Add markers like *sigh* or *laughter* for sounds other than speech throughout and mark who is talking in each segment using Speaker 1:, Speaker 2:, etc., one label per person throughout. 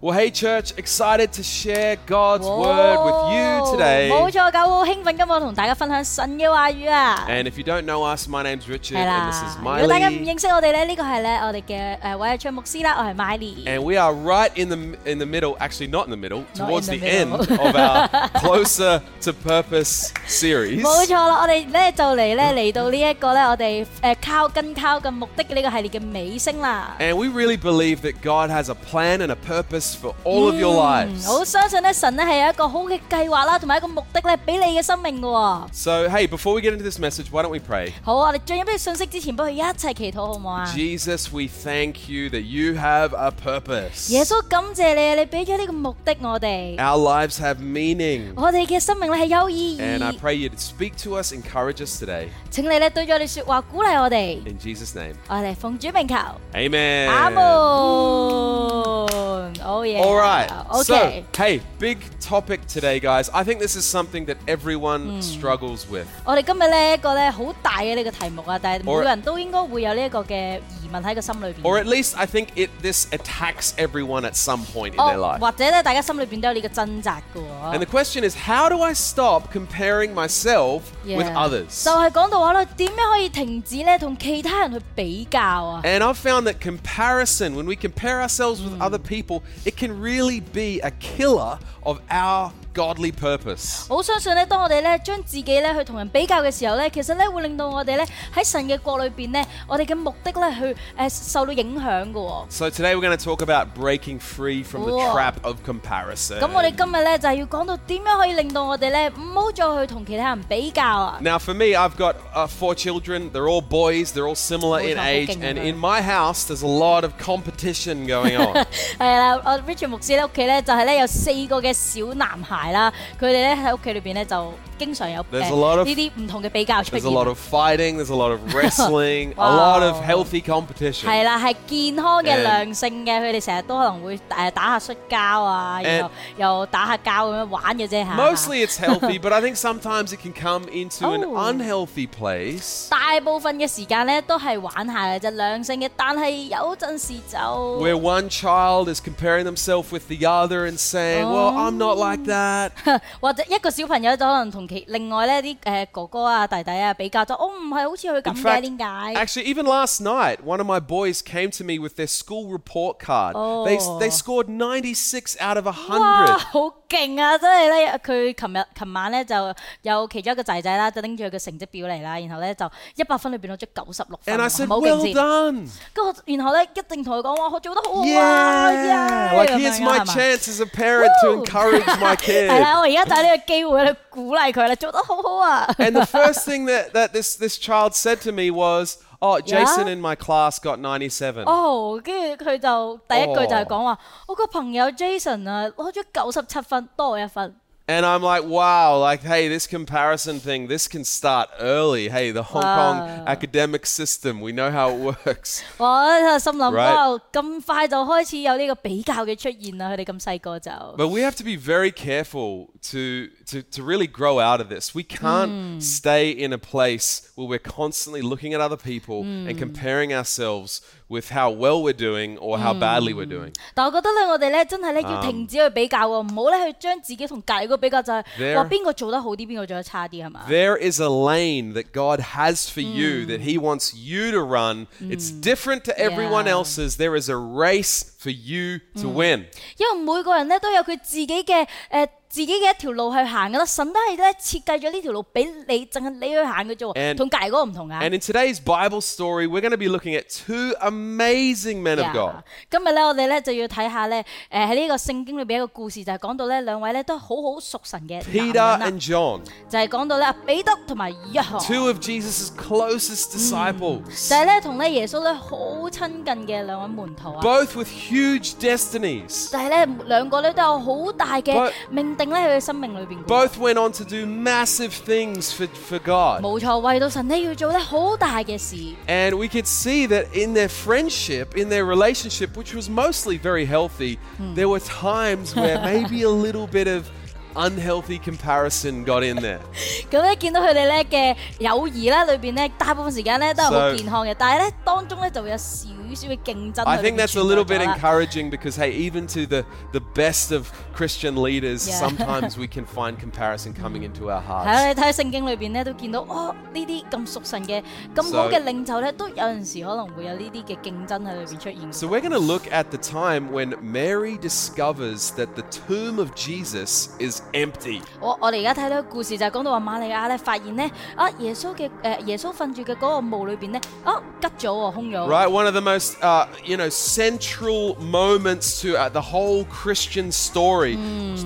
Speaker 1: Well, hey, church, excited to share God's
Speaker 2: 哇
Speaker 1: word with you today.
Speaker 2: 冇錯㗎，我好興奮今日我同大家分享神嘅話語啊！
Speaker 1: And if you don't know us, my name's Richard
Speaker 2: 係
Speaker 1: and
Speaker 2: 啦
Speaker 1: this is，
Speaker 2: 如果大家唔
Speaker 1: Miley.
Speaker 2: 認識我哋咧，呢個係咧我哋嘅誒委日昌牧師啦，我係 Miley。
Speaker 1: And we are right in the in the middle, actually not in the middle,
Speaker 2: in
Speaker 1: towards the,
Speaker 2: the middle.
Speaker 1: end of
Speaker 2: *laughs*
Speaker 1: our Closer to Purpose series.
Speaker 2: 冇錯啦，我哋咧就嚟咧嚟到呢一個咧我哋誒靠跟靠嘅目的嘅呢個系列嘅尾聲啦。
Speaker 1: And we really believe that God has a plan and a purpose for all of your
Speaker 2: 嗯
Speaker 1: lives.
Speaker 2: 好相信咧神咧係有一個好嘅計劃啦，同埋一個目的咧俾你嘅生命嘅喎。
Speaker 1: So, hey, before we get into this message, why don't we pray?
Speaker 2: 好，我哋進入呢個信息之前，幫佢一齊祈禱好唔好啊？
Speaker 1: Jesus, we thank you that you have a purpose.
Speaker 2: 耶穌感謝你，你俾咗呢個目的我哋。
Speaker 1: Our lives have meaning.
Speaker 2: 我哋嘅生命咧係有意
Speaker 1: And I
Speaker 2: 義，
Speaker 1: pray you to speak to us, encourage us today.
Speaker 2: 請你咧對咗你說話鼓勵我哋，
Speaker 1: In Jesus' name.
Speaker 2: 我哋奉主名求，
Speaker 1: Amen.
Speaker 2: 阿門，好嘢
Speaker 1: All right. So,
Speaker 2: ，OK，
Speaker 1: hey, big topic today, guys. I think this is something that everyone struggles with.
Speaker 2: 我哋今日呢一個咧好大嘅呢個題目啊，但係每
Speaker 1: Or-
Speaker 2: 個人都應該會有呢一個嘅疑問喺個心裏
Speaker 1: Or
Speaker 2: 邊，
Speaker 1: at least I think it this attacks everyone at some point in their
Speaker 2: 哦，
Speaker 1: life.
Speaker 2: 或者咧大家心裏邊都有呢個掙扎嘅
Speaker 1: And
Speaker 2: 喎
Speaker 1: the。question is, how do I stop comparing myself with
Speaker 2: Yeah.
Speaker 1: others?
Speaker 2: 就係講到話咧，點樣可以停止咧同其他人去比較啊？
Speaker 1: And I've found that comparison, when we compare ourselves with other people, it can really be a killer of our godly purpose.
Speaker 2: 好相信咧，當我哋咧將自己咧去同人比較嘅時候咧，其實咧會令到我哋咧喺神嘅國裏邊咧，我哋嘅目的咧去誒、呃受到影響嘅喎、
Speaker 1: So today we're going to talk about breaking free from the
Speaker 2: Whoa. eh,
Speaker 1: trap of comparison.
Speaker 2: 咁我哋今日咧就係、要講到點樣可以令到我哋咧唔好再去同其他人比較啊！
Speaker 1: Now, for me, I've got uh, four children. They're all boys. They're all similar in
Speaker 2: Boys are
Speaker 1: age.
Speaker 2: fucking
Speaker 1: And
Speaker 2: right.
Speaker 1: in my house, there's a lot of competition going
Speaker 2: *laughs*
Speaker 1: on.
Speaker 2: 係啦，我 Richard 牧師咧屋企咧就係、咧有四個嘅小男孩啦，佢哋咧喺屋企裏邊咧就經常有
Speaker 1: There's
Speaker 2: 呃
Speaker 1: a lot of-
Speaker 2: 呢啲唔同嘅比較出
Speaker 1: There's
Speaker 2: 現
Speaker 1: a。lot of fighting. There's a lot
Speaker 2: *laughs*
Speaker 1: of wrestling. A
Speaker 2: Wow.
Speaker 1: lot of healthy competition.
Speaker 2: 係啦，係健康嘅
Speaker 1: And-
Speaker 2: 良性嘅，佢哋成日都可能會誒打下摔跤啊，然後又打下交咁樣玩嘅啫嚇。
Speaker 1: Mostly it's
Speaker 2: *laughs*
Speaker 1: healthy, but I think sometimes it can come into an
Speaker 2: Oh.
Speaker 1: unhealthy place
Speaker 2: 大部分嘅時間咧都係玩下嘅啫，良性嘅。但係有陣時就
Speaker 1: where one child is comparing themselves with the other and saying, Well, I'm not
Speaker 2: Oh.
Speaker 1: like that.
Speaker 2: 或者一個小朋友就可能同其另外咧啲誒哥哥啊、弟弟啊比較咗，我唔係好似佢
Speaker 1: In
Speaker 2: 咁嘅，
Speaker 1: fact,
Speaker 2: 點解？
Speaker 1: actually, even last night, one of my boys came to me with their school report card. They,
Speaker 2: Oh.
Speaker 1: they scored 96 out of
Speaker 2: 哇，
Speaker 1: 100.
Speaker 2: 好勁啊！真係咧，佢琴日、琴晚咧就有其中一個仔仔啦，就拎住佢嘅成績表嚟啦，然後咧就一百分裏邊攞咗九十六分
Speaker 1: And
Speaker 2: 喎，
Speaker 1: I
Speaker 2: 係
Speaker 1: said,
Speaker 2: 咪好勁
Speaker 1: Well
Speaker 2: 先？
Speaker 1: done.
Speaker 2: 跟住然後咧一定同佢講話，我做得好好啊
Speaker 1: Yeah. Like, here's my chance as a parent to
Speaker 2: Woo.
Speaker 1: encourage
Speaker 2: *laughs*
Speaker 1: my
Speaker 2: 係
Speaker 1: kid.
Speaker 2: 啦，我而家就係呢個機會去鼓勵佢啦，做得好好啊！
Speaker 1: And the first thing that, that this, this child said to me was, Oh,
Speaker 2: Yeah? Oh.
Speaker 1: Jason in my class got 97.
Speaker 2: 哦，跟住佢就第一句就係講話，我個朋友 Jason 啊，攞咗九十七分，多我一分。
Speaker 1: And I'm like, wow, like, hey, this comparison thing, this can start early. Hey, the Hong Kong
Speaker 2: Wow.
Speaker 1: academic system, we know how it *laughs* works.
Speaker 2: 我就心諗
Speaker 1: Right.
Speaker 2: 哇，咁快就開始有呢個比較嘅出現啊啦！佢哋咁細個就
Speaker 1: But we have to be very careful to, to, to really grow out of this. We can't
Speaker 2: Hmm.
Speaker 1: stay in a place where we're constantly looking at other people
Speaker 2: Hmm.
Speaker 1: and comparing ourselves with how well we're doing or
Speaker 2: Hmm.
Speaker 1: how badly we're doing.
Speaker 2: 但我覺得咧，我哋咧真係咧要停止去比較喎，唔好咧去將自己同隔離嗰個比較，就係
Speaker 1: There-
Speaker 2: 話邊個做得好啲，邊個做得差啲係嘛？
Speaker 1: There is a lane that God has for
Speaker 2: Hmm.
Speaker 1: you that He wants you to run. It's different to everyone
Speaker 2: Yeah. Hmm.
Speaker 1: else's. There is a race for you to win.
Speaker 2: 因為每個人咧都有佢自己嘅誒、呃自己嘅一條路去行噶啦，神都係咧設計咗呢條路俾你，淨係你去行嘅啫
Speaker 1: And-
Speaker 2: 喎，同隔離嗰個唔同啊。
Speaker 1: And in today's Bible story, we're going to be looking at two amazing men of
Speaker 2: Yeah.
Speaker 1: God.
Speaker 2: 今日咧，我哋咧就要睇下咧，誒喺呢個聖經裏邊一個故事，就係、講到咧兩位咧都好好屬神嘅
Speaker 1: Peter
Speaker 2: 男人
Speaker 1: and
Speaker 2: 啦，
Speaker 1: John,
Speaker 2: 就係講到咧彼得同埋約翰，
Speaker 1: two of Jesus' closest disciples,
Speaker 2: 就係咧同咧耶穌咧好親近嘅兩位門徒啊。
Speaker 1: both with huge destinies.
Speaker 2: 就係咧兩個咧都有好大嘅
Speaker 1: But-
Speaker 2: 命定咧喺佢生命裏邊嘅。
Speaker 1: Both went on to do massive things for, for God.
Speaker 2: 冇錯，為到神咧要做咧好大嘅事。
Speaker 1: And we could see that in their friendship, in their relationship, which was mostly very healthy, there were times where maybe a little bit of unhealthy comparison got in there.
Speaker 2: 咁咧見到佢哋咧嘅友誼啦，裏邊咧大部分時間咧都係
Speaker 1: So-
Speaker 2: 好健康嘅，但係咧當中咧就會有少少嘅競爭裏邊存在咗啦。
Speaker 1: I think that's a little bit encouraging because hey, even to the the best of Christian leaders,
Speaker 2: Yeah.
Speaker 1: sometimes we can find comparison coming into our
Speaker 2: 係啊，
Speaker 1: hearts.
Speaker 2: 你睇喺聖經裏邊咧，都見到哦呢啲咁屬神嘅、咁
Speaker 1: So-
Speaker 2: 好嘅領袖咧，都有陣時可能會有呢啲嘅競爭喺裏邊出現。
Speaker 1: So we're going to look at the time when Mary discovers that the tomb of Jesus is empty.
Speaker 2: 我我哋而家睇到個故事就係講到話瑪利亞咧發現咧啊耶穌嘅誒、呃耶穌瞓住嘅嗰個墓裏邊咧啊吉咗喎空咗喎。
Speaker 1: Right, one of the most uh, you know central moments to uh, the whole Christian story.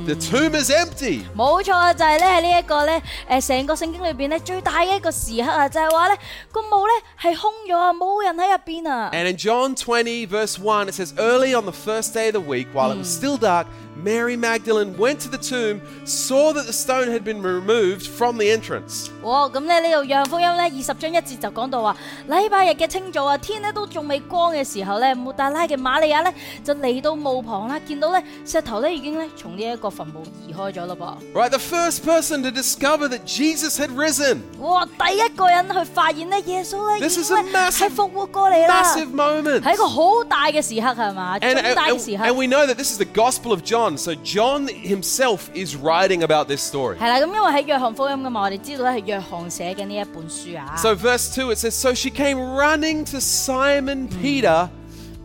Speaker 1: The tomb is empty.
Speaker 2: 冇錯啊，就係咧喺呢一個咧，誒、成個聖經裏邊咧最大嘅一個時刻啊，就係話咧個墓咧係空咗啊，冇人喺入邊啊。
Speaker 1: And in John 20, verse 1, it says, Early on the first day of the week, while it was still dark, Mary Magdalene went to the tomb, saw that the stone had been removed from the entrance.
Speaker 2: 哇！咁咧呢度《約翰福音》咧二十章一節就講到話，禮拜日嘅清早啊，天咧都仲未光嘅時候咧，抹大拉嘅瑪利亞咧就嚟到墓旁啦，見到咧石頭咧已經咧從呢一個墳墓移開咗咯
Speaker 1: Right, the first person to discover that Jesus had risen.
Speaker 2: 噃。哇！第一個人去發現咧，耶穌咧已
Speaker 1: This
Speaker 2: 經
Speaker 1: is a
Speaker 2: 咧
Speaker 1: massive-
Speaker 2: 係復活過嚟啦，
Speaker 1: Massive moment.
Speaker 2: 係一個好大嘅時刻係嘛？重
Speaker 1: And, uh,
Speaker 2: 大
Speaker 1: and,
Speaker 2: 嘅時
Speaker 1: and
Speaker 2: 刻。
Speaker 1: we know that this is the Gospel of John. So John himself is writing about this story.
Speaker 2: 係啦，咁因為喺約翰福音噶嘛，我哋知道咧係約翰寫嘅呢一本書啊。
Speaker 1: So, verse 2, it says, So she came running to Simon Peter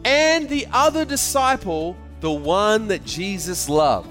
Speaker 1: and the other disciple, the one that Jesus loved.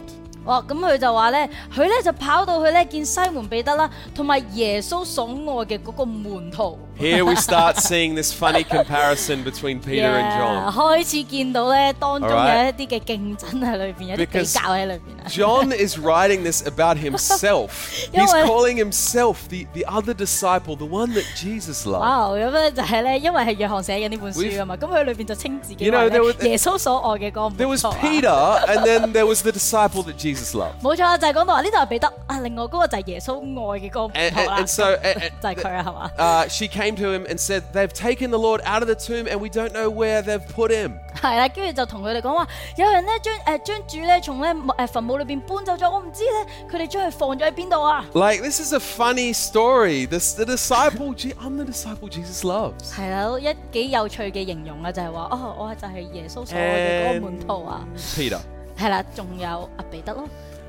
Speaker 2: 哇！咁佢就話咧，佢咧就跑到去咧見西門彼得啦，同埋耶穌所愛嘅嗰個門徒。
Speaker 1: Here we start seeing this funny comparison between Peter and John.
Speaker 2: 開始見到咧當中有
Speaker 1: Alright.
Speaker 2: 一啲嘅競爭喺裏邊，有啲比
Speaker 1: Because-
Speaker 2: 較喺裏邊啊。
Speaker 1: John is writing this about himself.
Speaker 2: Yeah,
Speaker 1: He's
Speaker 2: well-
Speaker 1: calling himself the, the other disciple, the one that Jesus loved.
Speaker 2: 哇！咁咧就係咧，因為係約翰寫緊呢本書
Speaker 1: We've-
Speaker 2: 噶嘛，咁佢裏邊就稱自己
Speaker 1: You
Speaker 2: 為
Speaker 1: know,
Speaker 2: 咧
Speaker 1: there was-
Speaker 2: 耶穌所愛嘅嗰個
Speaker 1: There
Speaker 2: 門
Speaker 1: was
Speaker 2: 徒啊
Speaker 1: Peter, and then there was the disciple that Jesus loved.
Speaker 2: 冇錯啊，就係講到話呢度係彼得啊，另外嗰個就係耶穌愛嘅嗰個門
Speaker 1: And,
Speaker 2: 徒
Speaker 1: and,
Speaker 2: 啦，
Speaker 1: and
Speaker 2: *laughs*
Speaker 1: so and-
Speaker 2: 就係佢啊，係嘛？
Speaker 1: uh, she came to him and said, They've taken the Lord out of the tomb, and we don't know where they've put him.
Speaker 2: 係啦，跟住就同佢哋講話，有人咧將誒將主咧從咧誒墳墓裏邊搬走咗，我唔知咧佢哋將佢放咗喺邊度啊！
Speaker 1: Like, this is a funny story. This, the disciple, Je- I'm the disciple Jesus loves.
Speaker 2: 係啦，一幾有趣嘅形容啊，就係話哦，我就係耶穌所愛嘅嗰個門 *laughs* 徒啊！
Speaker 1: Peter.
Speaker 2: 係啦，仲有阿彼得咯，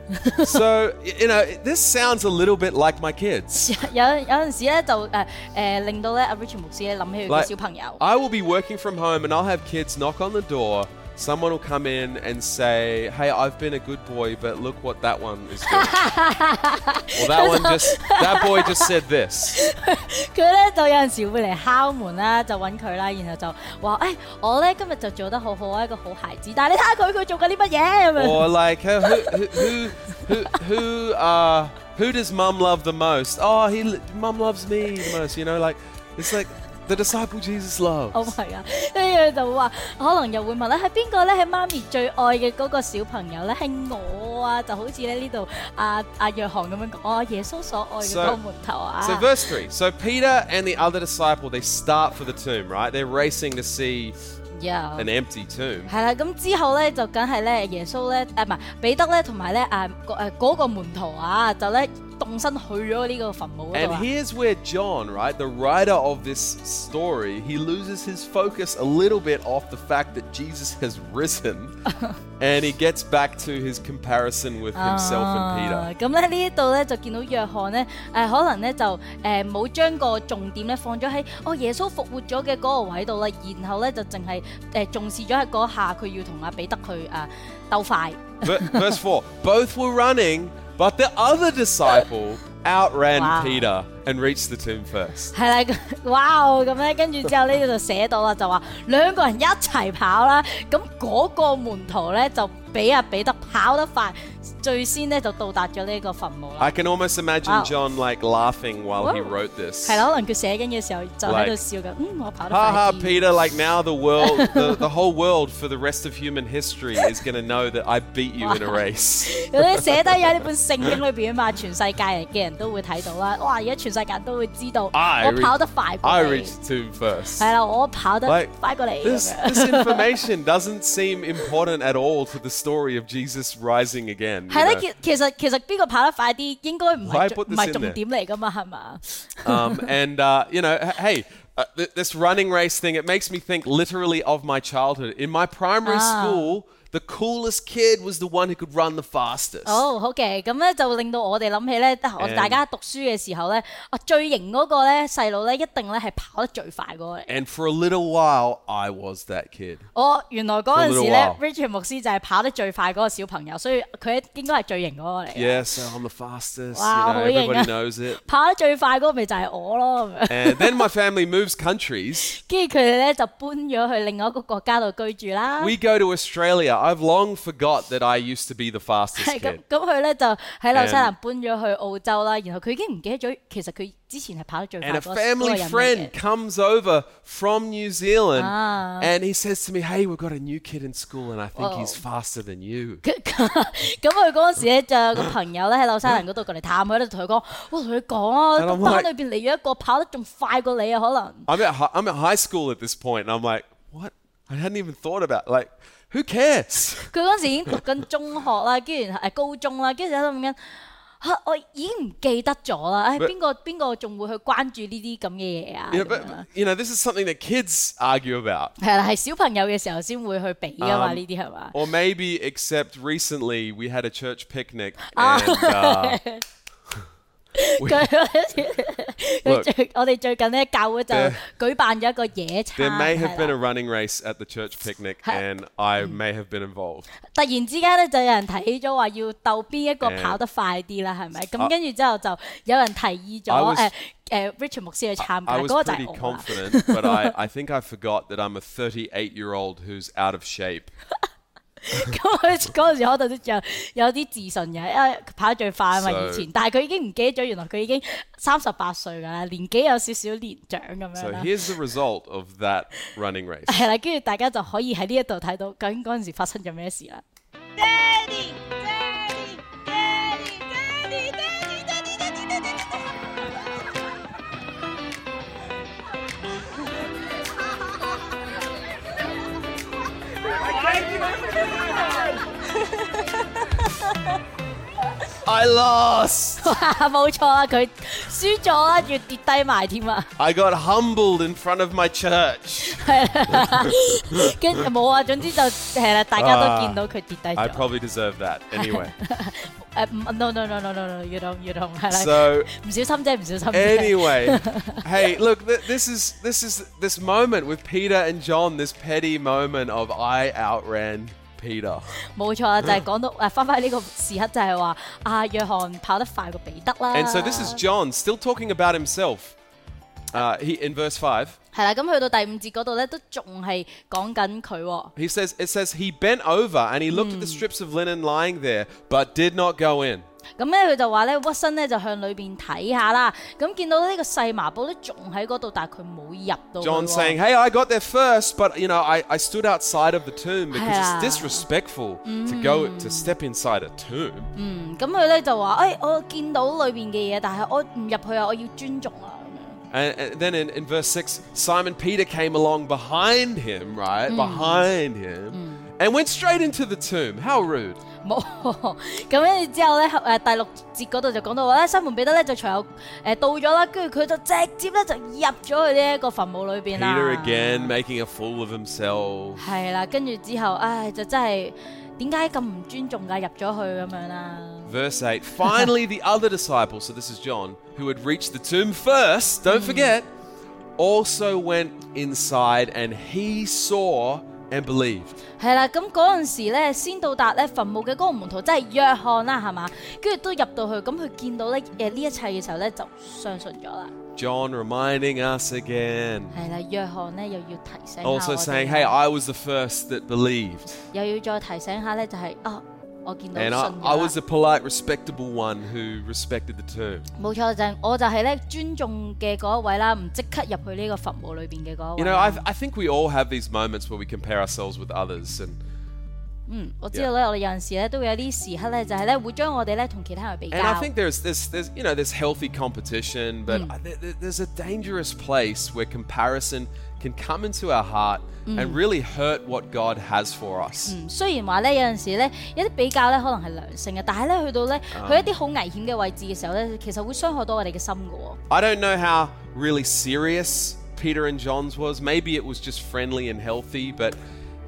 Speaker 1: *laughs*
Speaker 2: *laughs*
Speaker 1: so, y- you know, this sounds a little bit like my kids.
Speaker 2: *laughs* 有有陣時咧就誒誒、呃令到咧阿 Richard 牧師咧諗起佢嘅
Speaker 1: Like-
Speaker 2: 小朋友。
Speaker 1: I will be working from home and I'll have kids knock on the door. Someone will come in and say, Hey, I've been a good boy, but look what that one is doing. well, that one just, that boy just said this.
Speaker 2: 佢咧就有陣時會嚟敲門啦，就揾佢啦，然後就話誒、哎我咧今日就做得好好啊，一個好孩子。但係你睇下佢佢做緊啲乜嘢咁樣。
Speaker 1: Or like, "Hey, who, who, who, who, who, uh, who does mum love the most? Oh, he, l- mum loves me the most. You know, like, it's like the disciple Jesus loves.
Speaker 2: Oh my god！跟住就話，可能又會問啦，係邊個咧？係媽咪最愛嘅嗰個小朋友咧？係我啊！就好似咧呢度阿阿約翰咁樣講，哦，耶穌所愛嘅嗰個
Speaker 1: So-
Speaker 2: 門頭啊！
Speaker 1: So verse three. So Peter and the other disciple, they start for the tomb, right? They're racing to see
Speaker 2: Yeah
Speaker 1: an empty tomb.
Speaker 2: 係啦，咁之後咧就梗係咧耶穌咧，誒唔係彼得咧，同埋咧誒誒嗰個門徒啊，就咧動身去咗呢個墳墓嗰度
Speaker 1: And
Speaker 2: 啊
Speaker 1: here's where John, right, the writer of this story, he loses his focus a little bit off the fact that Jesus has risen and he gets back to his comparison with himself and Peter.
Speaker 2: 啊咁咧呢一度咧就見到約翰咧，誒、可能咧就誒冇、將個重點咧放咗喺哦耶穌復活咗嘅嗰個位度啦，然後咧就淨係誒重視咗喺嗰下佢要同阿彼得去啊鬥快。
Speaker 1: Ver- verse 4 Both were running, but the other disciple outran
Speaker 2: Wow.
Speaker 1: Peter and reached the tomb first.
Speaker 2: 係啦，咁 *laughs* 哇哦咁咧，跟住之後呢度就寫到啦，就話兩個人一齊跑啦，咁嗰個門徒咧就比阿彼得跑得快，最先咧就到達咗呢個墳墓啦
Speaker 1: I。can almost imagine
Speaker 2: Wow.
Speaker 1: John like laughing while he
Speaker 2: Whoa.
Speaker 1: wrote this.
Speaker 2: 係啦，可能佢寫緊嘅時候就喺度
Speaker 1: Like-
Speaker 2: 笑緊，嗯，我跑得快
Speaker 1: Haha,
Speaker 2: 啲
Speaker 1: Peter, like now the
Speaker 2: *laughs*
Speaker 1: world, the, the whole world for the rest of human history is going to know that I beat you in a
Speaker 2: *laughs*
Speaker 1: race.
Speaker 2: 有啲寫低喺呢本聖經裏邊啊嘛，全世界嘅人都會睇到啦。哇！而家全世界都會知道，
Speaker 1: I
Speaker 2: 我
Speaker 1: reach-
Speaker 2: 跑得快
Speaker 1: I
Speaker 2: 過你，
Speaker 1: reached the tomb first.
Speaker 2: 係啦，我跑得
Speaker 1: Like,
Speaker 2: 快過你咁
Speaker 1: This,
Speaker 2: 樣。 *laughs*
Speaker 1: this information doesn't seem important at all to the story of Jesus rising again. you
Speaker 2: 係啦，
Speaker 1: know.
Speaker 2: 其其實其實邊個跑得快啲，應該唔
Speaker 1: Why
Speaker 2: 係重
Speaker 1: put this
Speaker 2: 唔係
Speaker 1: in
Speaker 2: 重
Speaker 1: there？
Speaker 2: 點嚟噶嘛，係嘛？
Speaker 1: um, and, uh, you know, h- hey, uh, th- this running race thing, it makes me think literally of my childhood. In my primary
Speaker 2: Ah.
Speaker 1: school, the coolest kid was the one who could run the fastest.
Speaker 2: 好好嘅，咁咧就令到我哋諗起咧，我
Speaker 1: And-
Speaker 2: 大家讀書嘅時候咧，啊最型嗰個咧細路咧，一定咧係跑得最快嗰個嚟。
Speaker 1: And for a little while, I was that kid.
Speaker 2: 我哦原來嗰陣時咧
Speaker 1: For a little
Speaker 2: ，Richard 牧師就係跑得最快嗰個小朋友，所以佢應該係最型嗰個嚟嘅。
Speaker 1: Yeah, so I'm the fastest. you know,
Speaker 2: Wow, hổ vậy
Speaker 1: everybody
Speaker 2: nha.
Speaker 1: knows it.
Speaker 2: 跑得最快嗰個咪就係我咯，咁樣
Speaker 1: And then my family moves
Speaker 2: *laughs*
Speaker 1: countries.
Speaker 2: 跟住佢哋咧就搬咗去另外一個國家度居住啦。
Speaker 1: We go to Australia. I've long forgot that I used to be the fastest
Speaker 2: *laughs* 係咁
Speaker 1: kid.
Speaker 2: 咁，佢咧就喺紐西
Speaker 1: And-
Speaker 2: 蘭搬咗去澳洲啦，然後佢已經唔記得咗，其實佢之前係跑得最快
Speaker 1: And
Speaker 2: 嗰
Speaker 1: a
Speaker 2: 個嗰個
Speaker 1: family
Speaker 2: 人嚟
Speaker 1: friend
Speaker 2: 嘅。
Speaker 1: comes over from New Zealand
Speaker 2: Ah.
Speaker 1: and he says to me, Hey, we've got a new kid in school and I think
Speaker 2: Whoa.
Speaker 1: he's faster than you.
Speaker 2: 佢咁佢嗰陣時咧就有個朋友咧喺紐西蘭嗰度過嚟探佢，喺度同佢講：我同佢講啊，
Speaker 1: And I'm
Speaker 2: 班
Speaker 1: like-
Speaker 2: 裏邊嚟咗一個跑得仲快過你啊，可能
Speaker 1: I'm at, hi- I'm at high school at this point and I'm like, What? I hadn't even thought about Like, who cares? *laughs*
Speaker 2: 佢嗰陣時已經讀緊中學啦，跟住然後誒高中啦，跟住喺度諗緊。嚇！我已經唔記得咗啦，唉，
Speaker 1: But-
Speaker 2: 邊個邊個仲會去關注呢啲咁嘅嘢啊？
Speaker 1: You know,
Speaker 2: 咁
Speaker 1: but,
Speaker 2: 樣啦
Speaker 1: but, you know, this is something that kids argue about.
Speaker 2: 係啦，係小朋友嘅時候先會去比噶嘛，
Speaker 1: Um,
Speaker 2: 呢啲係嘛？
Speaker 1: Or maybe, except recently, we had a church
Speaker 2: *laughs*
Speaker 1: picnic
Speaker 2: Oh.
Speaker 1: and uh, we- *laughs*
Speaker 2: 佢佢
Speaker 1: Look.
Speaker 2: 最我哋最近咧教會就
Speaker 1: There-
Speaker 2: 舉辦咗一個野餐，
Speaker 1: there may have
Speaker 2: 係
Speaker 1: been
Speaker 2: 啦
Speaker 1: a running race at the church picnic
Speaker 2: Ha- Mm.
Speaker 1: and I may have been involved.
Speaker 2: 突然之間咧就有人提起咗話要鬥邊一個
Speaker 1: 誒
Speaker 2: 跑得快啲啦，係咪？
Speaker 1: 啊
Speaker 2: 咁跟住之後就有人提議
Speaker 1: I
Speaker 2: 咗
Speaker 1: was-
Speaker 2: 誒誒 Richard 牧師去參加，
Speaker 1: I
Speaker 2: 嗰
Speaker 1: was
Speaker 2: 個就
Speaker 1: pretty
Speaker 2: 係我啊啦。
Speaker 1: confident, but I, I think I forgot that I'm a 38 year old who's out of shape.
Speaker 2: 咁佢 *laughs* 嗰陣時可能都仲有有啲自信嘅，因為佢跑得最快啊嘛
Speaker 1: So-
Speaker 2: 以前，但係佢已經唔記得咗，原來佢已經三十八歲㗎啦，年紀有少少年長咁
Speaker 1: So
Speaker 2: 樣啦。
Speaker 1: here's the result of that running race.
Speaker 2: 係啦，跟住大家就可以喺呢一度睇到究竟嗰陣時發生咗咩事啦。 *laughs*
Speaker 3: Daddy, Daddy, Daddy, Daddy, Daddy, Daddy, Daddy, Daddy,
Speaker 1: *laughs*
Speaker 3: *laughs*
Speaker 1: I lost!
Speaker 2: 啊冇錯啦，佢輸咗啦，仲要跌低埋添啊！
Speaker 1: *laughs*
Speaker 2: *laughs*
Speaker 1: I got humbled in front of my church.
Speaker 2: 跟住冇啊，總之就係啦，大家
Speaker 1: 啊
Speaker 2: 都見到佢跌低
Speaker 1: I
Speaker 2: 咗。
Speaker 1: probably deserve that. Anyway. *laughs*
Speaker 2: 誒唔 no no no no no no，you don't you don't 係啦，
Speaker 1: So
Speaker 2: 唔小心啫，唔小心
Speaker 1: *laughs*
Speaker 2: 啫。
Speaker 1: anyway, hey, look, th- this is this is this moment with Peter and John, this petty moment of I outran Peter.
Speaker 2: 冇錯啦，啊就係講到誒翻返呢個時刻就係話啊，約翰跑得快過彼得啦。
Speaker 1: And so this is John still talking about himself. Uh, he in verse five.
Speaker 2: 係啦，咁去到第五節嗰度咧，都仲係講緊佢喎。
Speaker 1: He says, it says, he bent over and he looked at the strips of linen lying there, but did not go in.
Speaker 2: 咁咧佢就話咧屈身咧就向裏邊睇下啦，咁見到呢個細麻布咧仲喺嗰度，但係佢冇入到去喎。
Speaker 1: John saying, hey, I got there first, but you know, I, I stood outside of the tomb because
Speaker 2: Yeah.
Speaker 1: it's disrespectful to go to step inside a tomb.
Speaker 2: 嗯，咁佢咧就話：，誒、我見到裏邊嘅嘢，但係我唔入去啊，我要尊重啊。
Speaker 1: And, and then in, in verse six, Simon Peter came along behind him, right? Behind him. And went straight into the tomb. How rude.
Speaker 2: 咁樣冇， *laughs* 咁跟住之後咧，誒、第六節嗰度就講到話咧，西門彼得咧就隨後誒、到咗啦，跟住佢就直接咧就入咗去呢一個墳墓裏邊啦。
Speaker 1: Peter again making a fool of himself.
Speaker 2: 係啦，跟住之後，唉，就真係點解咁唔尊重㗎？入咗去咁樣啦。
Speaker 1: Verse 8 Finally, the other disciple, so this is John, who had reached the tomb first, don't forget, also went inside and he saw and believed.
Speaker 2: 係啦，咁嗰陣時咧，先到達咧墳墓嘅嗰個門徒，即係約翰啦，係嘛？跟住都入到去，咁佢見到咧誒呢一切嘅時候咧，就相信咗啦。
Speaker 1: John reminding us again.
Speaker 2: 係啦，約翰咧又要提醒下我
Speaker 1: Also
Speaker 2: 哋
Speaker 1: saying, hey, I was the first that believed.
Speaker 2: 又要再提醒下咧，就係、啊，我見到
Speaker 1: And
Speaker 2: 信
Speaker 1: I,
Speaker 2: 咗
Speaker 1: I was the
Speaker 2: 啦
Speaker 1: polite, respectable one who respected the tomb.
Speaker 2: 冇錯就係、我就係咧尊重嘅嗰一位啦，唔即刻入去呢個墳墓裏邊嘅嗰一
Speaker 1: You
Speaker 2: 位
Speaker 1: know,
Speaker 2: 啦。
Speaker 1: I, I think we all have these moments where we compare ourselves with others. And,
Speaker 2: 嗯，我知道咧我哋有陣時咧都會有啲時刻咧，就係咧會將我哋咧同其他人比較
Speaker 1: and。I think there's this, there's, you know, there's healthy competition, but I- there- there- there's a dangerous place where comparison can come into our heart and really hurt what God has for us.
Speaker 2: 嗯雖然話咧有陣時咧有啲比較咧可能係良性嘅，但係咧去到咧去一啲好危險嘅位置嘅時候咧，其實會傷害到我哋嘅心嘅喎。
Speaker 1: I don't know how really serious Peter and John's was. Maybe it was just friendly and healthy, but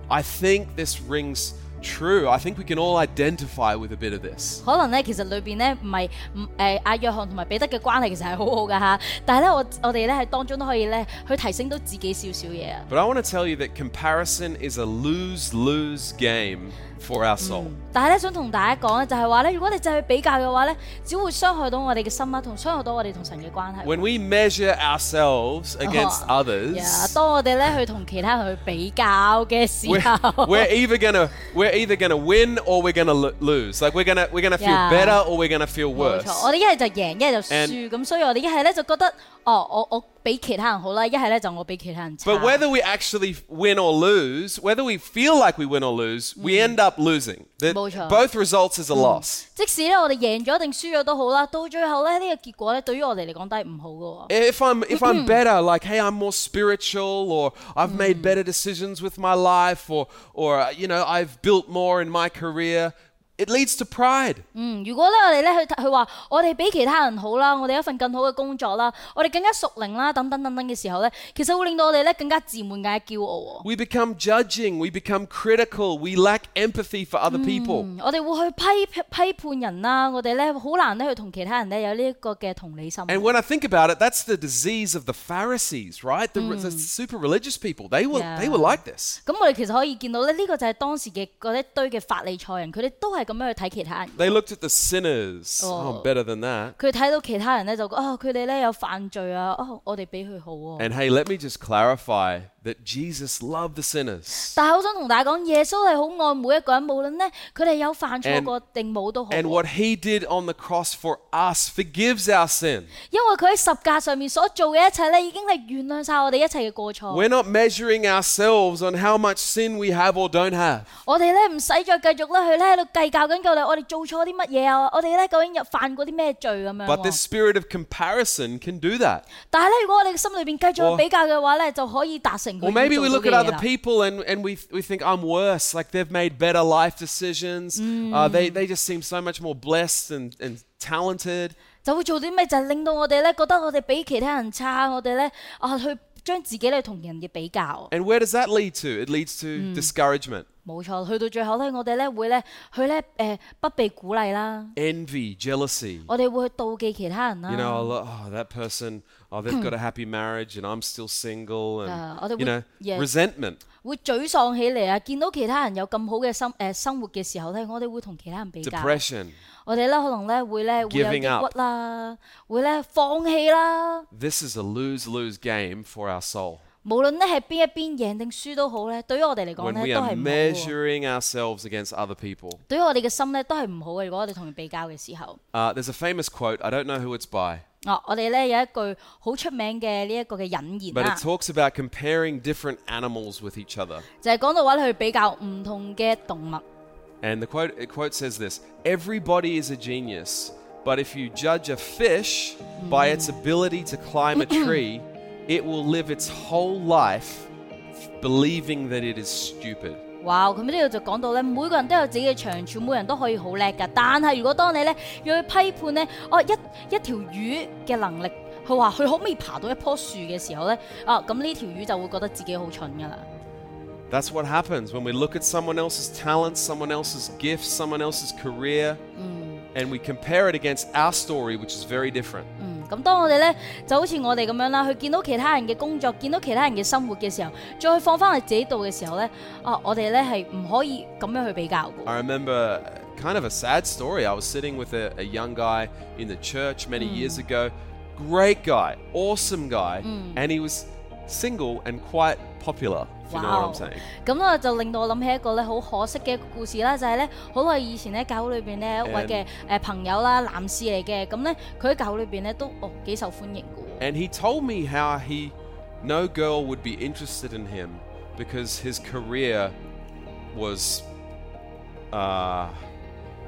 Speaker 1: I think this rings true. I think we can all identify with a bit of this.
Speaker 2: 可能咧，其實裏邊咧唔係嗯誒阿約翰同埋彼得嘅關係其實係好好㗎吓，但係咧我我哋咧喺當中都可以咧去提升到自己少少嘢啊。
Speaker 1: But I want to tell you that comparison is a lose lose game for our soul.
Speaker 2: 但係咧想同大家講咧，就係話咧，如果你就去比較嘅話咧，只會傷害到我哋嘅心啦，啊同傷害到我哋同神嘅關係。
Speaker 1: When we measure ourselves against
Speaker 2: Oh,
Speaker 1: others,
Speaker 2: 呀當我哋咧去同其他人去比較嘅時
Speaker 1: we're,
Speaker 2: 候，
Speaker 1: *laughs* we're either gonna we're either gonna win or we're gonna lo- lose. Like we're gonna we're gonna feel
Speaker 2: Yeah.
Speaker 1: better or we're gonna feel
Speaker 2: 冇
Speaker 1: worse.
Speaker 2: 錯，我哋一係就贏，一係就輸，咁所以我哋一係咧就覺得，哦，我我比其他人好啦，一係咧就我比其他人差。
Speaker 1: But whether we actually win or lose, whether we feel like we win or lose, we end up losing. The-
Speaker 2: Mojo.
Speaker 1: both results is a loss.
Speaker 2: 即使咧我哋贏咗定輸咗都好啦，到最後咧呢、呢個結果咧對於我哋嚟講都係唔好嘅喎。
Speaker 1: If I'm if I'm better, like hey, I'm more spiritual, or I've made better decisions with my life, or or uh, you know I've built more in my career, it leads to pride.
Speaker 2: 嗯，如果咧我哋咧去佢話我哋比其他人好啦，我哋有一份更好嘅工作啦，我哋更加熟靈啦，等等等等嘅時候咧，其實會令到我哋咧更加自滿、更加驕傲喎。
Speaker 1: We become judging, we become critical, we lack empathy for other people.
Speaker 2: 嗯我哋會去批批判人啦，我哋咧好難咧去同其他人咧有呢一個嘅同理心。
Speaker 1: And when I think about it, that's the disease of the Pharisees, right? The, re- the super religious people. They were
Speaker 2: Yeah.
Speaker 1: they were like this.
Speaker 2: 咁我哋其實可以見到咧，呢、個就係當時嘅嗰一堆嘅法利賽人，佢哋都係咁樣去睇其他人。
Speaker 1: They looked at the sinners. Oh,
Speaker 2: Oh.
Speaker 1: I'm better than that.
Speaker 2: 佢睇到其他人咧就覺啊，佢哋咧有犯罪啊，哦，我哋比佢好喎、
Speaker 1: And hey, let me just clarify that Jesus loved the sinners.
Speaker 2: 但係我想同大家講，耶穌係好愛每一個人，無論咧佢哋有犯錯
Speaker 1: And-
Speaker 2: 過定冇都好，
Speaker 1: And
Speaker 2: 因
Speaker 1: what he did on the cross for us forgives our sin.
Speaker 2: 為佢喺十架上面所做嘅一切咧，已經係原諒晒我哋一切嘅過錯。
Speaker 1: We're not measuring ourselves on how much sin we have or don't have.
Speaker 2: 我哋咧唔使再繼續咧去咧喺度計較緊究竟我哋做錯啲乜嘢啊，我哋咧究竟有犯過啲咩罪咁樣
Speaker 1: But this
Speaker 2: 喎。
Speaker 1: spirit of comparison can do that.
Speaker 2: 但係咧，如果我哋嘅心裏邊繼續
Speaker 1: Or-
Speaker 2: 去比較嘅話咧，就可以達成佢
Speaker 1: Or maybe
Speaker 2: 要
Speaker 1: we
Speaker 2: 做
Speaker 1: look
Speaker 2: 到
Speaker 1: at
Speaker 2: 嘅嘢
Speaker 1: other
Speaker 2: 啦。
Speaker 1: people and, and we, we think, I'm worse. Like they've made better life decisions.
Speaker 2: Mm.
Speaker 1: Uh, they, they just seem so much more blessed and, and talented.
Speaker 2: 就會做啲咩？就係令到我哋咧覺得我哋比其他人差，我哋咧啊去將自己咧同人嘅比較。
Speaker 1: And where does that lead to? It leads to
Speaker 2: Mm.
Speaker 1: discouragement,
Speaker 2: 冇錯，去到最後咧，我哋咧會咧去咧誒、呃不被鼓勵啦，
Speaker 1: envy, jealousy.
Speaker 2: 我哋會去妒忌其他人啦。
Speaker 1: You know, I'll- oh, that person, oh, they've
Speaker 2: *clears throat*
Speaker 1: got a happy marriage and I'm still single. And,
Speaker 2: Yeah, or they
Speaker 1: you know,
Speaker 2: Uh, would- yeah.
Speaker 1: resentment.
Speaker 2: 會沮喪起嚟啊！見到其他人有咁好嘅生誒、呃生活嘅時候咧，我哋會同其他人比較。
Speaker 1: depression.
Speaker 2: 我哋咧可能咧會咧會有
Speaker 1: Giving
Speaker 2: 抑
Speaker 1: up
Speaker 2: 鬱啦，會咧放棄啦。
Speaker 1: This is a lose lose game for our soul.
Speaker 2: 無論咧係邊一邊贏定輸都好咧，對於我哋嚟講
Speaker 1: When
Speaker 2: 咧
Speaker 1: we
Speaker 2: 都
Speaker 1: are
Speaker 2: 係唔好喎。
Speaker 1: measuring ourselves against other people,
Speaker 2: 對於我哋嘅心咧都係唔好嘅。如果我哋同人比較嘅時候。
Speaker 1: uh, there's a famous quote. I don't know who it's by,
Speaker 2: 哦，我哋咧有一句好出名嘅呢一個嘅引言啊
Speaker 1: but
Speaker 2: 啦
Speaker 1: it，talks about comparing different animals with each other.
Speaker 2: 就係講到話你去比較唔同嘅動物。
Speaker 1: And the quote it quote says this: "Everybody is a genius, but if you judge a fish by its ability to climb a tree, it will live its whole life believing that it is stupid."
Speaker 2: 哇！咁呢度就講到咧，每個人都有自己嘅長處，每人都可以好叻噶。但係如果當你咧要去批判咧，哦一一條魚嘅能力，佢話佢可唔可以爬到一棵樹嘅時候咧，啊咁呢條魚就會覺得自己好蠢噶啦。
Speaker 1: That's what happens when we look at someone else's talents, someone else's gifts, someone else's career, and we compare it against our story, which is very different.
Speaker 2: 嗯，咁當我哋咧就好似我哋咁樣啦，去見到其他人嘅工作，見到其他人嘅生活嘅時候，再去放翻喺自己度嘅時候咧，啊我哋咧係唔可以咁樣去比較嘅。
Speaker 1: I remember uh, kind of a sad story. I was sitting with a, a young guy in the church many years ago. Great guy, awesome guy, and he was single and quite popular, if you know what I'm saying.
Speaker 2: 咁咧就令到我諗起一個咧好可惜嘅一個故事啦，就係咧好耐以前咧教會裏邊咧一位
Speaker 1: And-
Speaker 2: 嘅誒朋友啦，男士嚟嘅，咁咧佢喺教會裏邊咧都哦幾受歡迎嘅喎。
Speaker 1: And he told me how he no girl would be interested in him because his career was uh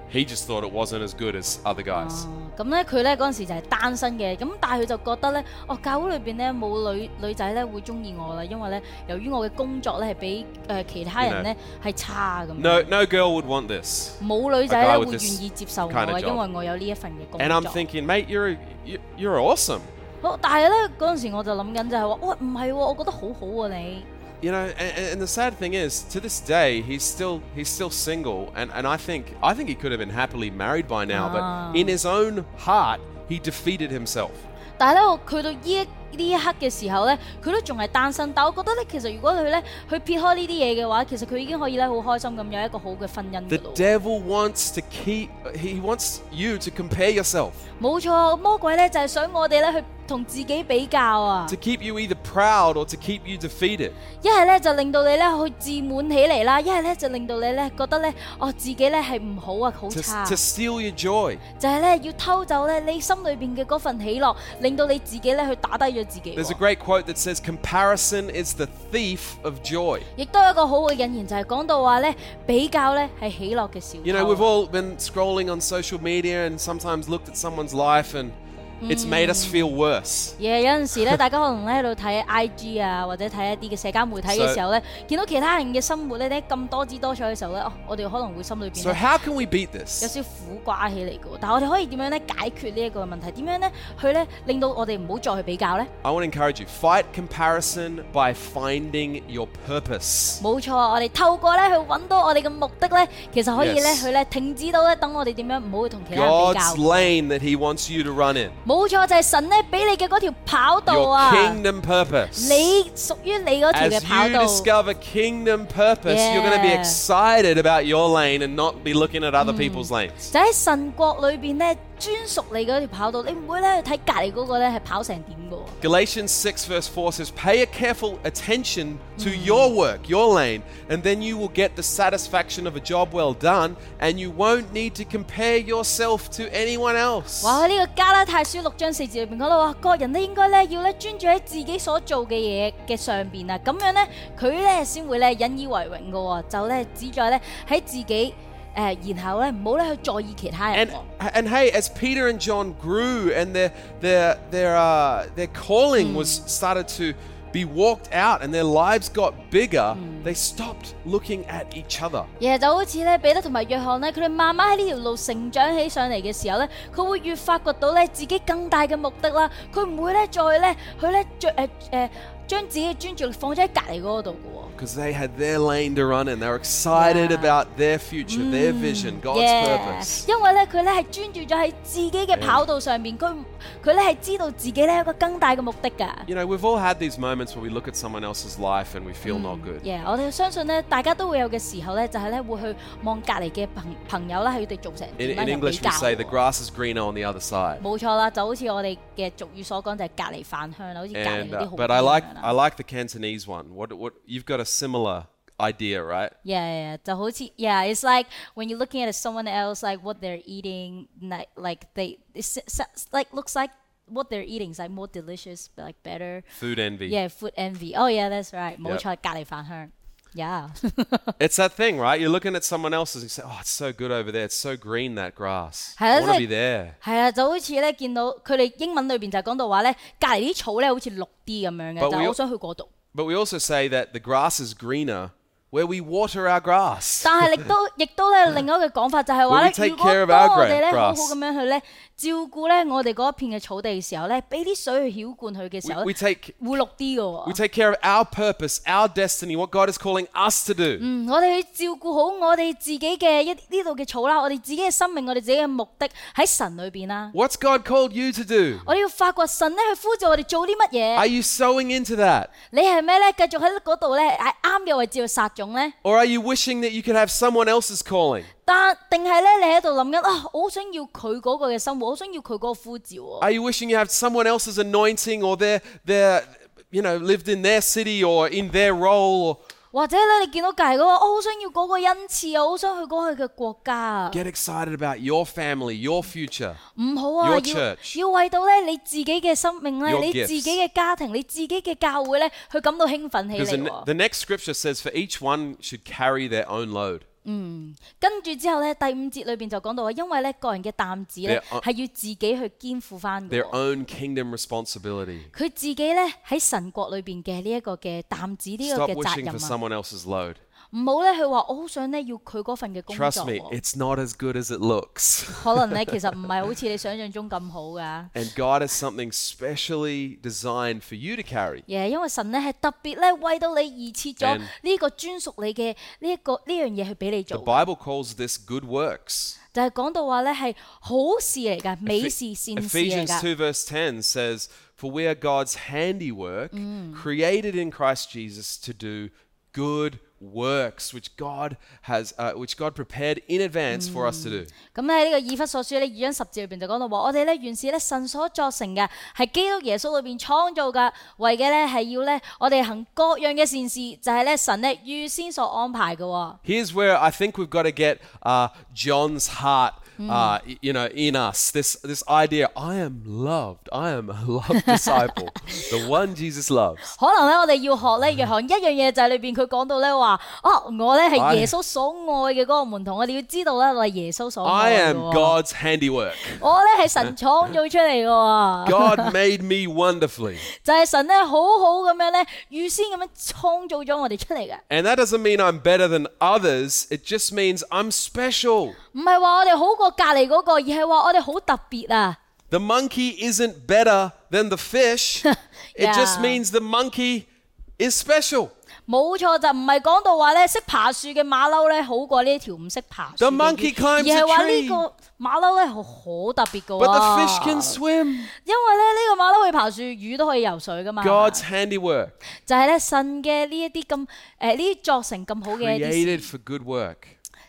Speaker 1: he just thought it wasn't as good as other guys.
Speaker 2: 哦咁咧佢咧嗰陣時就係單身嘅，咁但係佢就覺得咧，哦教會裏邊咧冇女女仔咧會中意我啦，因為咧由於我嘅工作咧係比誒、呃其他人咧係差咁。
Speaker 1: No no girl would want this.
Speaker 2: 冇女仔
Speaker 1: A guy
Speaker 2: 咧會
Speaker 1: with
Speaker 2: 願
Speaker 1: this
Speaker 2: 意接受我
Speaker 1: kind of
Speaker 2: 嘅，
Speaker 1: job
Speaker 2: 因為我有呢一份嘅工
Speaker 1: And I'm
Speaker 2: 作。
Speaker 1: thinking, mate, you're you- you're awesome.
Speaker 2: 好，但係咧嗰陣時我就諗緊就係話，喂唔係喎，我覺得好好啊你，
Speaker 1: You know, and- and, and the sad thing is, to this day, he's still he's still single, and, and I think I think he could have been happily married by now,
Speaker 2: Ah.
Speaker 1: but in his own heart, he defeated himself.
Speaker 2: 但係咧我去到呢一呢一刻嘅時候咧，佢都仲係單身，但我覺得咧其實如果佢咧去撇開呢啲嘢嘅話，其實佢已經可以咧好開心咁有一個好嘅婚姻
Speaker 1: The
Speaker 2: 㗎咯。
Speaker 1: devil wants to keep he wants you to compare yourself,
Speaker 2: 冇錯，魔鬼咧就係想我哋咧去同自己比較啊
Speaker 1: to，keep you either proud or to keep you defeated.
Speaker 2: 一係咧就令到你咧去自滿起嚟啦，一係咧就令到你咧覺得咧哦自己咧係唔好啊，好
Speaker 1: to,
Speaker 2: 差，
Speaker 1: to steal your joy.
Speaker 2: 就係咧要偷走咧你心裏邊嘅嗰份喜樂，令到你自己咧去打低咗自己
Speaker 1: There's a
Speaker 2: 喎。
Speaker 1: great quote that says, Comparison is the thief of joy.
Speaker 2: 亦都有一個好嘅引言，就係、講到話咧比較咧係喜樂嘅小偷。
Speaker 1: You know, we've all been scrolling on social media and sometimes looked at someone's life and it's made us feel worse.
Speaker 2: 嘢有陣時
Speaker 1: *laughs*
Speaker 2: 咧，大家可能咧喺度睇 IG 啊，或者睇一啲嘅社交媒體嘅時候咧，見到其他人嘅生活咧咧咁多姿多彩嘅時候咧，哦，我哋可能會心裏邊
Speaker 1: So,
Speaker 2: 呢
Speaker 1: how can we beat
Speaker 2: 有
Speaker 1: this?
Speaker 2: 少苦瓜起嚟嘅喎。但係我哋可以點樣咧解決呢一個問題？點樣咧去咧令到我哋唔好再去比較咧？
Speaker 1: I want to encourage you fight comparison by finding your purpose.
Speaker 2: 冇錯，啊我哋透過咧去揾到我哋嘅目的咧，其實可以咧
Speaker 1: Yes
Speaker 2: 去咧停止到咧等我哋點樣唔好去同其他人比
Speaker 1: God's
Speaker 2: 較。
Speaker 1: lane that He wants you to run in,
Speaker 2: 冇錯，就係神咧俾你嘅嗰條跑道
Speaker 1: your
Speaker 2: 啊！
Speaker 1: kingdom purpose.
Speaker 2: 你屬於你嗰條
Speaker 1: As
Speaker 2: 嘅跑
Speaker 1: you
Speaker 2: 道。
Speaker 1: discover kingdom purpose, you're going to be
Speaker 2: Yeah.
Speaker 1: excited about your lane and not be looking at other people's lanes.
Speaker 2: 就喺神國裏邊咧，專屬你嗰條跑道，你唔會咧睇隔離嗰個咧係跑成點嘅喎。
Speaker 1: Galatians 6, verse 4 says, Pay a careful attention to your work, your lane, and then you will get the satisfaction of a job well done, and you won't need to compare yourself to anyone else.
Speaker 2: 哇！喺呢個加拉太書六章四節裏邊講到話，各人咧應該咧要咧專注喺自己所做嘅嘢嘅上邊啊，咁樣咧佢咧先會咧引以為榮嘅喎，就咧旨在咧喺自己誒、呃然後咧唔好咧去在意其他人
Speaker 1: And,
Speaker 2: 喎。
Speaker 1: and hey, as Peter and John grew and their, their, their, uh, their calling was
Speaker 2: Mm.
Speaker 1: started to be walked out and their lives got bigger,
Speaker 2: Mm.
Speaker 1: they stopped looking at each other.
Speaker 2: 其實就好似咧彼得同埋約翰咧，佢哋慢慢喺呢條路成長起上嚟嘅時候咧，佢會越發掘到咧自己更大嘅目的啦。佢唔會咧再咧去咧着誒誒呃將自己嘅專注力放咗喺隔離嗰度嘅
Speaker 1: Because they had their lane to run in. They were excited
Speaker 2: Yeah. Mm.
Speaker 1: about their future, their vision,
Speaker 2: 喎。
Speaker 1: God's purpose.
Speaker 2: 因為咧佢咧係專注咗喺自己嘅跑道上面，佢唔佢咧係知道自己咧有一個更大嘅目的㗎。
Speaker 1: You know, we've all had these moments where we look at someone else's life and we feel not good.
Speaker 2: Mm. Yeah，我哋相信咧，大家都會有嘅時候咧，就係咧會去望隔離嘅朋朋友啦，係佢哋做成
Speaker 1: In,
Speaker 2: 點
Speaker 1: in
Speaker 2: 啦，有比
Speaker 1: English, we
Speaker 2: 較
Speaker 1: say the
Speaker 2: 喎
Speaker 1: grass is greener on the other side.
Speaker 2: 冇錯啦，就好似我哋嘅俗語所講，就係隔離飯香啦，好似隔離
Speaker 1: And
Speaker 2: 嗰
Speaker 1: uh,
Speaker 2: 啲好
Speaker 1: but I like
Speaker 2: 香
Speaker 1: I
Speaker 2: 啦。
Speaker 1: like the Cantonese one. What what you've got a similar idea, right?
Speaker 2: Yeah, yeah, 就好似 yeah, it's like when you're looking at someone else, like what they're eating, like like they it's, it's- it's like looks like what they're eating is like more delicious, but like better.
Speaker 1: Food envy.
Speaker 2: Yeah, food envy. Oh yeah, that's right. 冇
Speaker 1: Yep.
Speaker 2: 錯，隔離飯香。Yeah，
Speaker 1: It's that thing, right? You're looking at someone else's and you say, "Oh, it's so good over there. It's so green that grass. I
Speaker 2: How's
Speaker 1: want to
Speaker 2: it-
Speaker 1: be there."
Speaker 2: 係啊，就好似咧見到佢哋英文裏邊就係講到話咧，隔離啲草咧好似綠啲咁樣嘅，
Speaker 1: But
Speaker 2: 就
Speaker 1: we-
Speaker 2: 好想去嗰度。
Speaker 1: But we also say that the grass is greener where we water our grass.
Speaker 2: 但係亦
Speaker 1: *laughs*
Speaker 2: 都亦都咧，另外一個講法就係
Speaker 1: When
Speaker 2: 話
Speaker 1: we
Speaker 2: 咧，
Speaker 1: take
Speaker 2: 如果
Speaker 1: care of
Speaker 2: 當
Speaker 1: our
Speaker 2: 我哋咧
Speaker 1: grass-
Speaker 2: 好好咁樣去咧照顧咧我哋嗰一片嘅草地嘅時候咧，俾啲水去澆灌佢嘅時
Speaker 1: We,
Speaker 2: 候
Speaker 1: we
Speaker 2: 咧，
Speaker 1: take
Speaker 2: 會綠啲嘅
Speaker 1: we
Speaker 2: 喎。
Speaker 1: take care of our purpose, our destiny, what God is calling us to do.
Speaker 2: 嗯，我哋去照顧好我哋自己嘅一呢度嘅草啦，我哋自己嘅生命，我哋自己嘅目的喺神裏邊啦。
Speaker 1: What's God called you to do?
Speaker 2: 我哋要發掘神咧去呼召我哋做啲乜嘢？
Speaker 1: Are you sowing into that?
Speaker 2: 你係咩咧？繼續喺嗰度咧，喺啱嘅位置去撒種咧？
Speaker 1: Or are you wishing that you could have someone else's calling?
Speaker 2: 但定係咧，你喺度諗緊啊，我好想要佢嗰個嘅生活，我好想要佢嗰個呼召喎。
Speaker 1: Are you wishing you have someone else's anointing or their their you know, lived in their city or in their role or
Speaker 2: 或者咧，你見到隔離嗰個，我好想要嗰個恩賜啊，我好想去嗰個嘅國家啊，
Speaker 1: get excited about your family, your future.
Speaker 2: 唔好啊，
Speaker 1: Your
Speaker 2: 要
Speaker 1: church
Speaker 2: 要為到咧你自己嘅生命咧，
Speaker 1: Your
Speaker 2: 你
Speaker 1: gifts
Speaker 2: 自己嘅家庭，你自己嘅教會咧，去感到興奮起
Speaker 1: Because the,
Speaker 2: 嚟
Speaker 1: ne-
Speaker 2: 喎。
Speaker 1: the next scripture says for each one should carry their own load.
Speaker 2: 跟住之後咧，第五節裏邊就講到話，因為咧個人嘅擔子咧
Speaker 1: Their own-
Speaker 2: 係要自己去肩負翻嘅
Speaker 1: Their
Speaker 2: 喎。
Speaker 1: own kingdom responsibility.
Speaker 2: 佢自己咧喺神國裏邊嘅呢一個嘅擔子呢個
Speaker 1: Stop
Speaker 2: 嘅責
Speaker 1: wishing for
Speaker 2: 任啊，
Speaker 1: someone else's load.
Speaker 2: 唔好咧，佢話我好想咧要佢嗰份嘅工作
Speaker 1: Trust me,
Speaker 2: 喎，
Speaker 1: it's not as good as it looks. *laughs*
Speaker 2: 可能咧其實唔係好似你想象中咁好噶。
Speaker 1: And God has something specially designed for you to carry.
Speaker 2: 耶因為神咧係特別咧為到你而設咗
Speaker 1: And-
Speaker 2: 呢個專屬你嘅呢一個呢樣嘢去俾你
Speaker 1: The
Speaker 2: 做，
Speaker 1: Bible calls this good works.
Speaker 2: 就係講到話咧係好事嚟㗎，美事善事嚟
Speaker 1: Ephesians 2,
Speaker 2: 㗎。
Speaker 1: verse 10 says, For we are God's handiwork, created in Christ Jesus to do good works, which God has, uh, which God prepared in advance for us to do.
Speaker 2: 咁咧呢個以弗所書呢二章十節裏邊就講到話，我哋咧原是咧神所作成嘅，係基督耶穌裏邊創造嘅，為嘅咧係要咧我哋行各樣嘅善事，就係、呢咧神咧預先所安排嘅、喎。
Speaker 1: Here's where I think we've got to get uh, John's heart, uh, y- you know, in us. This this idea, I am loved. I am a loved *laughs* disciple, the one Jesus loves.
Speaker 2: 可能咧，我哋要學
Speaker 1: 嗯
Speaker 2: 咧，約翰一樣嘢就係裏邊佢講到咧話，哦，我咧係耶穌所愛嘅嗰個門徒，我哋要知道咧，我係耶穌所
Speaker 1: I
Speaker 2: 愛嘅
Speaker 1: am
Speaker 2: 喎。
Speaker 1: God's handiwork.
Speaker 2: 我咧係神創造出嚟嘅
Speaker 1: *laughs*
Speaker 2: 喎，
Speaker 1: God made me wonderfully.
Speaker 2: 就係神咧好好咁樣咧預先咁樣創造咗我哋出嚟嘅，
Speaker 1: And that doesn't mean I'm better than others. It just means I'm special.
Speaker 2: 唔係話我哋好過隔離嗰個，而係話我哋好特別啊！
Speaker 1: The monkey isn't better than the fish. It just
Speaker 2: Yeah.
Speaker 1: means the monkey is special.
Speaker 2: 冇錯，就唔係講到話咧識爬樹嘅馬騮咧好過呢條唔識爬樹
Speaker 1: The
Speaker 2: 嘅魚，
Speaker 1: monkey climbs
Speaker 2: 而
Speaker 1: a
Speaker 2: 係話呢
Speaker 1: tree,
Speaker 2: 個馬騮咧好好特別嘅
Speaker 1: but the fish
Speaker 2: 喎
Speaker 1: can，swim.
Speaker 2: 因為咧呢個馬騮可以爬樹，魚都可以游水噶嘛。
Speaker 1: God's handiwork,
Speaker 2: 就係咧神嘅呢一啲咁誒呢啲作成咁好嘅一啲事
Speaker 1: created for good work.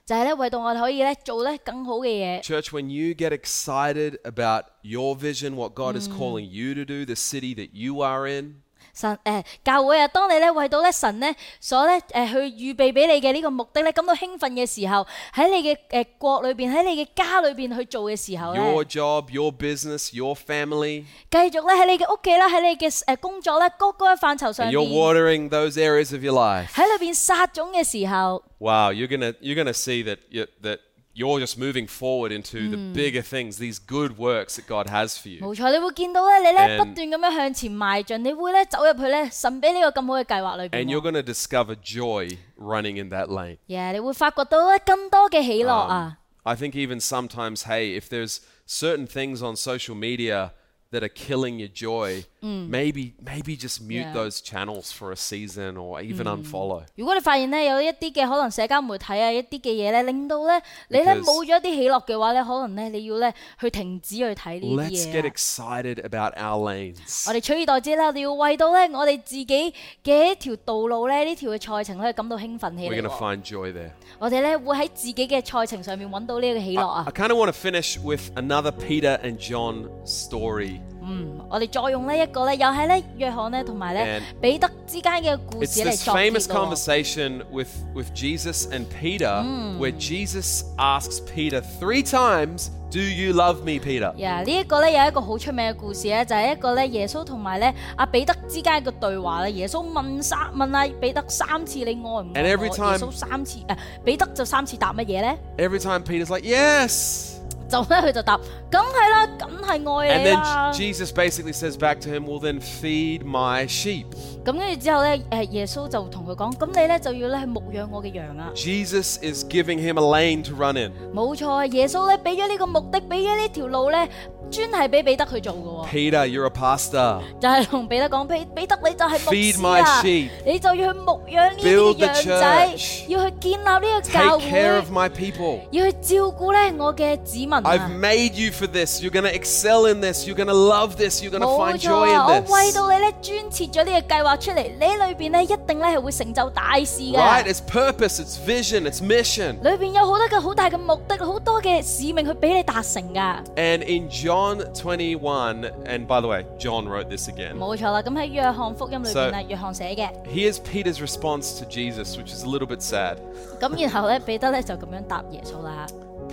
Speaker 2: 就係咧為到我哋可以咧做咧更好嘅嘢。
Speaker 1: Church, when you get excited about your vision, what God is calling you to do, the city that you are in,
Speaker 2: 神誒、教會啊，當你咧為到咧神咧所咧誒、去預備俾你嘅呢個目的咧感到興奮嘅時候，喺你嘅誒、國裏邊，喺你嘅家裏邊去做嘅時候咧
Speaker 1: your job, your business, your family,
Speaker 2: 繼續咧喺你嘅屋企啦，喺你嘅誒、工作咧各個嘅範疇上
Speaker 1: and you're
Speaker 2: 邊，
Speaker 1: watering those areas of your life.
Speaker 2: 喺裏邊撒種嘅時候。
Speaker 1: Wow, you're gonna you're gonna see that you, that you're just moving forward into the bigger things, these good works that God has for you.
Speaker 2: 冇錯，你會見到咧，你
Speaker 1: And-
Speaker 2: 咧不斷咁樣向前邁進，你會咧走入去咧神俾呢個咁好嘅計劃裏邊
Speaker 1: And
Speaker 2: 喎。
Speaker 1: you're gonna discover joy running in that lane.
Speaker 2: 耶你會發掘到咧更多嘅喜樂
Speaker 1: Um,
Speaker 2: 啊！
Speaker 1: I think even sometimes, hey, if there's certain things on social media that are killing your joy, maybe maybe just mute
Speaker 2: Yeah.
Speaker 1: those channels for a season or even unfollow.
Speaker 2: 如果你發現咧有一啲嘅可能社交媒體啊，一啲嘅嘢咧，令到咧你咧
Speaker 1: Because-
Speaker 2: 冇咗一啲喜樂嘅話咧，可能咧你要咧去停止去睇呢啲
Speaker 1: Let's get
Speaker 2: 嘢啊。
Speaker 1: excited about our lanes.
Speaker 2: 我哋取而代之啦，我哋要為到咧我哋自己嘅一條道路咧，呢條嘅賽程咧感到興奮起
Speaker 1: We're
Speaker 2: 嚟
Speaker 1: gonna
Speaker 2: 喎。
Speaker 1: find joy there.
Speaker 2: 我哋咧會喺自己嘅賽程上面揾到呢個喜樂
Speaker 1: I,
Speaker 2: 啊
Speaker 1: I！kind of want to finish with another Peter and John story.
Speaker 2: 嗯我哋再用呢一個咧，又係咧約翰咧同埋咧
Speaker 1: And-
Speaker 2: 彼得之間嘅故
Speaker 1: It's
Speaker 2: 事嚟
Speaker 1: this
Speaker 2: 作結
Speaker 1: famous
Speaker 2: 咯喎
Speaker 1: conversation with, with Jesus and Peter where Jesus asks Peter three times, Do you love me, Peter?
Speaker 2: 呀，呢一個咧有一個好出名嘅故事咧，就係、一個咧耶穌同埋咧阿彼得之間嘅對話啦。耶穌問三問阿彼得三次你愛唔
Speaker 1: And
Speaker 2: 愛我？
Speaker 1: every
Speaker 2: 耶
Speaker 1: time-
Speaker 2: 穌三次誒、呃彼得就三次答乜嘢咧？
Speaker 1: Every time Peter's like, Yes.
Speaker 2: 就咧佢就答，梗係啦，梗係愛
Speaker 1: And
Speaker 2: 你
Speaker 1: then
Speaker 2: 啦。
Speaker 1: Jesus basically says back to him, Well, then feed my sheep.
Speaker 2: 咁跟住之後咧，誒、耶穌就同佢講，咁你咧就要咧去牧養我嘅羊啊。
Speaker 1: Jesus is giving him a lane to run in.
Speaker 2: 冇錯啊，耶穌咧俾咗呢個目的，俾咗呢條路咧，專係俾彼得去做嘅喎。
Speaker 1: Peter, you're a pastor.
Speaker 2: 就係同彼得講，彼彼得你就係牧
Speaker 1: Feed
Speaker 2: 師啊
Speaker 1: my sheep，
Speaker 2: 你就要去牧養呢啲
Speaker 1: Build the
Speaker 2: 嘅羊仔
Speaker 1: church，
Speaker 2: 要去建立呢個
Speaker 1: Take
Speaker 2: 教
Speaker 1: care of
Speaker 2: 會，
Speaker 1: my people.
Speaker 2: 要去照顧咧我嘅子民
Speaker 1: I've
Speaker 2: 啊！
Speaker 1: made you for this. You're going to excel in this. You're going to love this. You're going to
Speaker 2: 冇
Speaker 1: find
Speaker 2: 錯
Speaker 1: joy
Speaker 2: 啊！我
Speaker 1: in
Speaker 2: 為
Speaker 1: this.
Speaker 2: 到你咧專設咗呢個計劃出嚟，你裏邊咧一定咧係會成就大事
Speaker 1: Right?
Speaker 2: 嘅。
Speaker 1: It's purpose, it's vision, it's mission.
Speaker 2: 裏邊有好多嘅好大嘅目的，好多嘅使命去俾你達成噶。
Speaker 1: And in John 21, and by the way, John wrote this again.
Speaker 2: 冇錯啦，咁喺約翰福音裏邊啊，約翰寫嘅。
Speaker 1: Here's Peter's response to Jesus, which is a little bit sad.
Speaker 2: 咁然後咧，彼得咧就咁樣答耶穌啦。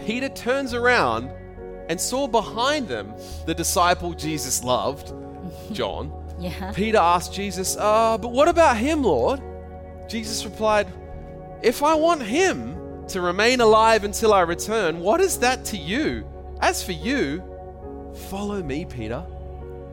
Speaker 1: Peter turns around and saw behind them the disciple Jesus loved, John.
Speaker 2: 呀
Speaker 1: Peter asked Jesus, uh, but what about him, Lord? Jesus replied, If I want him to remain alive until I return, what is that to you? As for you, follow me, Peter.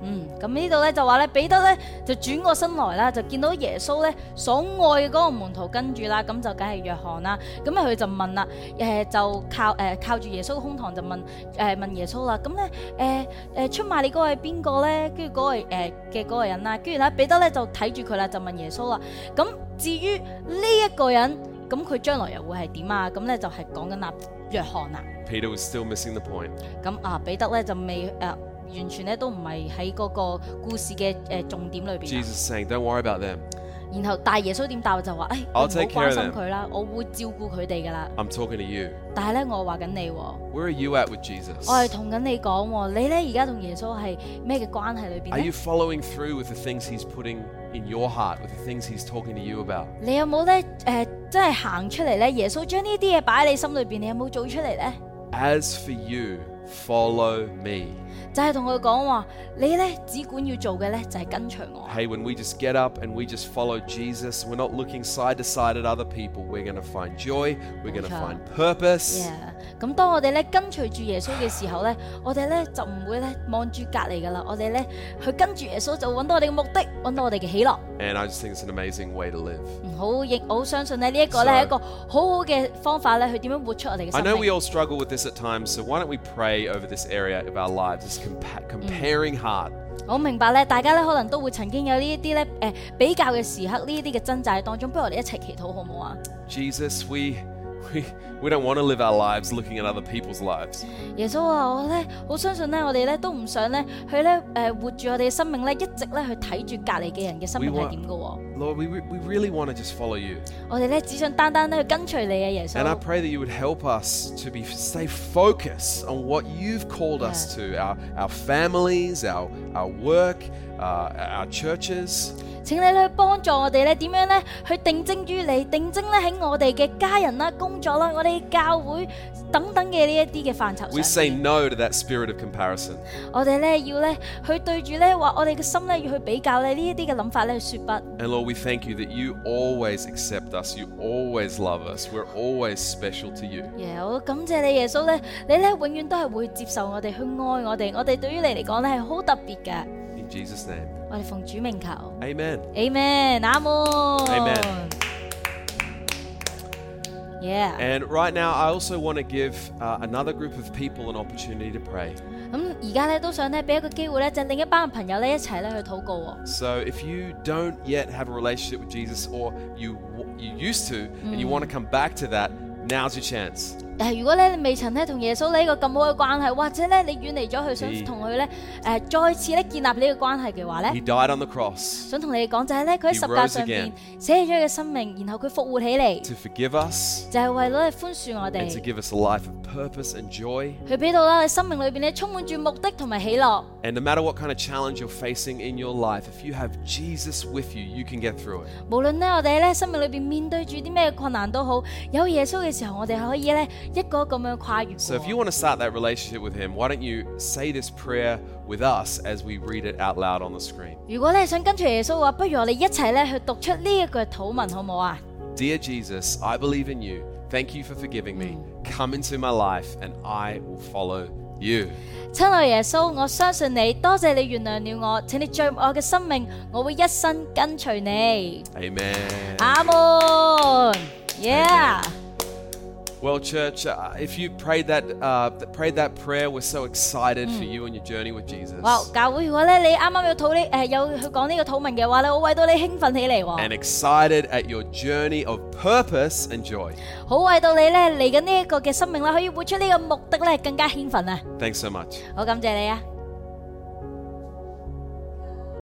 Speaker 2: 嗯，咁呢度咧就話咧，彼得咧就轉過身來啦，就見到耶穌咧所愛嘅嗰個門徒跟住啦，咁就梗係約翰啦。咁啊佢就問啦，誒、就靠誒、靠住耶穌嘅胸膛就問誒、問耶穌啦。咁咧誒誒出賣你嗰個係邊個咧？跟住嗰個誒嘅嗰個人啦，跟住咧彼得咧就睇住佢啦，就問耶穌啦。咁至於呢一個人，咁佢將來又會係點啊？咁咧就係講緊啊約翰啦。
Speaker 1: Peter was still missing the point.
Speaker 2: 咁啊，彼得咧就未誒、呃完全咧都唔係喺嗰個故事嘅誒、呃重點裏邊啦。
Speaker 1: Jesus is saying, Don't worry about them.
Speaker 2: 然後但係耶穌點答就話：，誒、你唔
Speaker 1: I'll
Speaker 2: 好
Speaker 1: take care
Speaker 2: 關
Speaker 1: of
Speaker 2: 心
Speaker 1: them
Speaker 2: 佢啦，我會照顧佢哋噶啦。
Speaker 1: I'm talking to you.
Speaker 2: 但係咧，我話緊你喎，我
Speaker 1: Where are you at with Jesus?
Speaker 2: 係同緊你講喎，你咧而家同耶穌係咩嘅關係裏邊
Speaker 1: Are
Speaker 2: 咧
Speaker 1: you？following through with the things He's putting in your heart, with the things He's talking to you about?
Speaker 2: 你有冇咧誒，即係行出嚟咧？耶穌將呢啲嘢擺喺你心裏邊，你有冇做出嚟咧？
Speaker 1: As for you, follow me.
Speaker 2: 就係同佢講話，你咧只管要做嘅咧就係、跟隨我。
Speaker 1: Hey, when we just get up and we just follow Jesus, we're not looking side to side at other people. We're going to find joy, we're going to
Speaker 2: Gotcha.
Speaker 1: find purpose.
Speaker 2: Yeah. 咁當我哋咧跟隨住耶穌嘅時候咧，我哋咧就唔會咧望住隔離噶啦，我哋咧去跟住耶穌就揾到我哋嘅目的，揾到我哋嘅喜樂。
Speaker 1: And I just think it's an amazing way to live.
Speaker 2: 嗯好亦我好相信咧呢一個咧
Speaker 1: So-
Speaker 2: 係一個好好嘅方法咧，去點樣活出我哋嘅
Speaker 1: I know
Speaker 2: 生
Speaker 1: we
Speaker 2: 命。
Speaker 1: all struggle with this at times, so why don't we pray over this area of our lives, this compa- comparing heart?
Speaker 2: 我明白咧，大家咧可能都會曾經有呢一啲咧誒比較嘅時刻，呢一啲嘅掙扎當中，不如我哋一齊祈禱好唔好啊？
Speaker 1: Jesus, we, we, we don't want to live our lives looking at other people's lives.
Speaker 2: 耶穌啊，我咧好相信咧，我哋咧都唔想咧去咧誒活住我哋嘅生命咧，一直咧去睇住隔離嘅人嘅生命
Speaker 1: We
Speaker 2: 係
Speaker 1: want-
Speaker 2: 點嘅喎。
Speaker 1: Lord, we, re- we really want to just follow you.
Speaker 2: 我哋咧只想單單咧去跟隨你啊，耶
Speaker 1: And I
Speaker 2: 穌。
Speaker 1: pray that you would help us to be stay focused on what you've called us to our, our families, our, our work, uh, our churches.
Speaker 2: 請你咧去幫助我哋咧點樣咧去定睛於你，定睛咧喺我哋嘅家人啦、工作啦、我哋嘅教會等等嘅呢一啲嘅範疇
Speaker 1: We
Speaker 2: 上
Speaker 1: say
Speaker 2: 面。
Speaker 1: no to that spirit of comparison.
Speaker 2: 我哋咧要咧去對住咧話，我哋嘅心咧要去比較咧呢一啲嘅諗法咧去説不。
Speaker 1: And Lord, we thank you that you always accept us, you always love us, we're always special to you.
Speaker 2: 耶我感謝你耶穌咧，你咧永遠都係會接受我哋去愛我哋，我哋對於你嚟講咧係好特別嘅。
Speaker 1: In Jesus' name,
Speaker 2: 我哋奉主名求
Speaker 1: amen.
Speaker 2: ，Amen，阿門
Speaker 1: Amen。
Speaker 2: Yeah。
Speaker 1: And right now, I also want to give uh, another group of people an opportunity to pray.
Speaker 2: 咁而家咧都想咧俾一個機會咧，就另一班朋友咧一齊咧去禱告喎。
Speaker 1: So if you don't yet have a relationship with Jesus, or you you used to, and you want to come back to that, now's your chance.
Speaker 2: 誒，如果咧你未曾咧同耶穌呢個咁好嘅關係，或者咧你遠離咗佢，
Speaker 1: 嗯嗯
Speaker 2: 想同佢咧誒再次咧建立呢個關係嘅話
Speaker 1: He
Speaker 2: 咧，
Speaker 1: died on the cross
Speaker 2: 想同你哋講就係咧佢
Speaker 1: He
Speaker 2: 喺十架
Speaker 1: rose
Speaker 2: 上面
Speaker 1: again.
Speaker 2: 寫起咗佢嘅生命，然後佢復活起嚟，
Speaker 1: to forgive us
Speaker 2: 就係為咗嚟寬恕我
Speaker 1: and to
Speaker 2: 哋。
Speaker 1: give us a life of purpose and joy.
Speaker 2: 佢俾到啦，你生命裏邊咧充滿住目的同埋喜樂。
Speaker 1: And no matter what kind of challenge you're facing in your life, if you have Jesus with you, you can get through it.
Speaker 2: 無論咧我哋咧生命裏邊面對住啲咩困難都好，有耶穌嘅時候，我哋可以咧一個一個咁樣跨越過。
Speaker 1: So if you want to start that relationship with Him, why don't you say this prayer with us as we read it out loud on the screen?
Speaker 2: 如果你想跟隨耶穌嘅話，不如我哋一齊咧去讀出呢一句禱文，好唔好啊？
Speaker 1: Dear Jesus, I believe in you. Thank you for forgiving me. Come into my life and I will follow you.
Speaker 2: 親愛耶穌，我相信你，多謝你原諒了我，請你進入我嘅生命，我會一生跟隨你。
Speaker 1: Amen.
Speaker 2: 阿門，yeah，
Speaker 1: Well, church, uh, if you prayed that uh, th- prayed that prayer, we're so excited for you and your journey with Jesus.
Speaker 2: 哇！教會如果咧你啱啱有討呢誒有去講呢個禱文嘅話咧，我為到你興奮起嚟
Speaker 1: And
Speaker 2: 喎，
Speaker 1: excited at your journey of purpose and joy.
Speaker 2: 好為到你咧嚟緊呢一個嘅生命咧可以活出呢個目的咧更加興奮啊！
Speaker 1: Thanks so much.
Speaker 2: 好感謝你啊！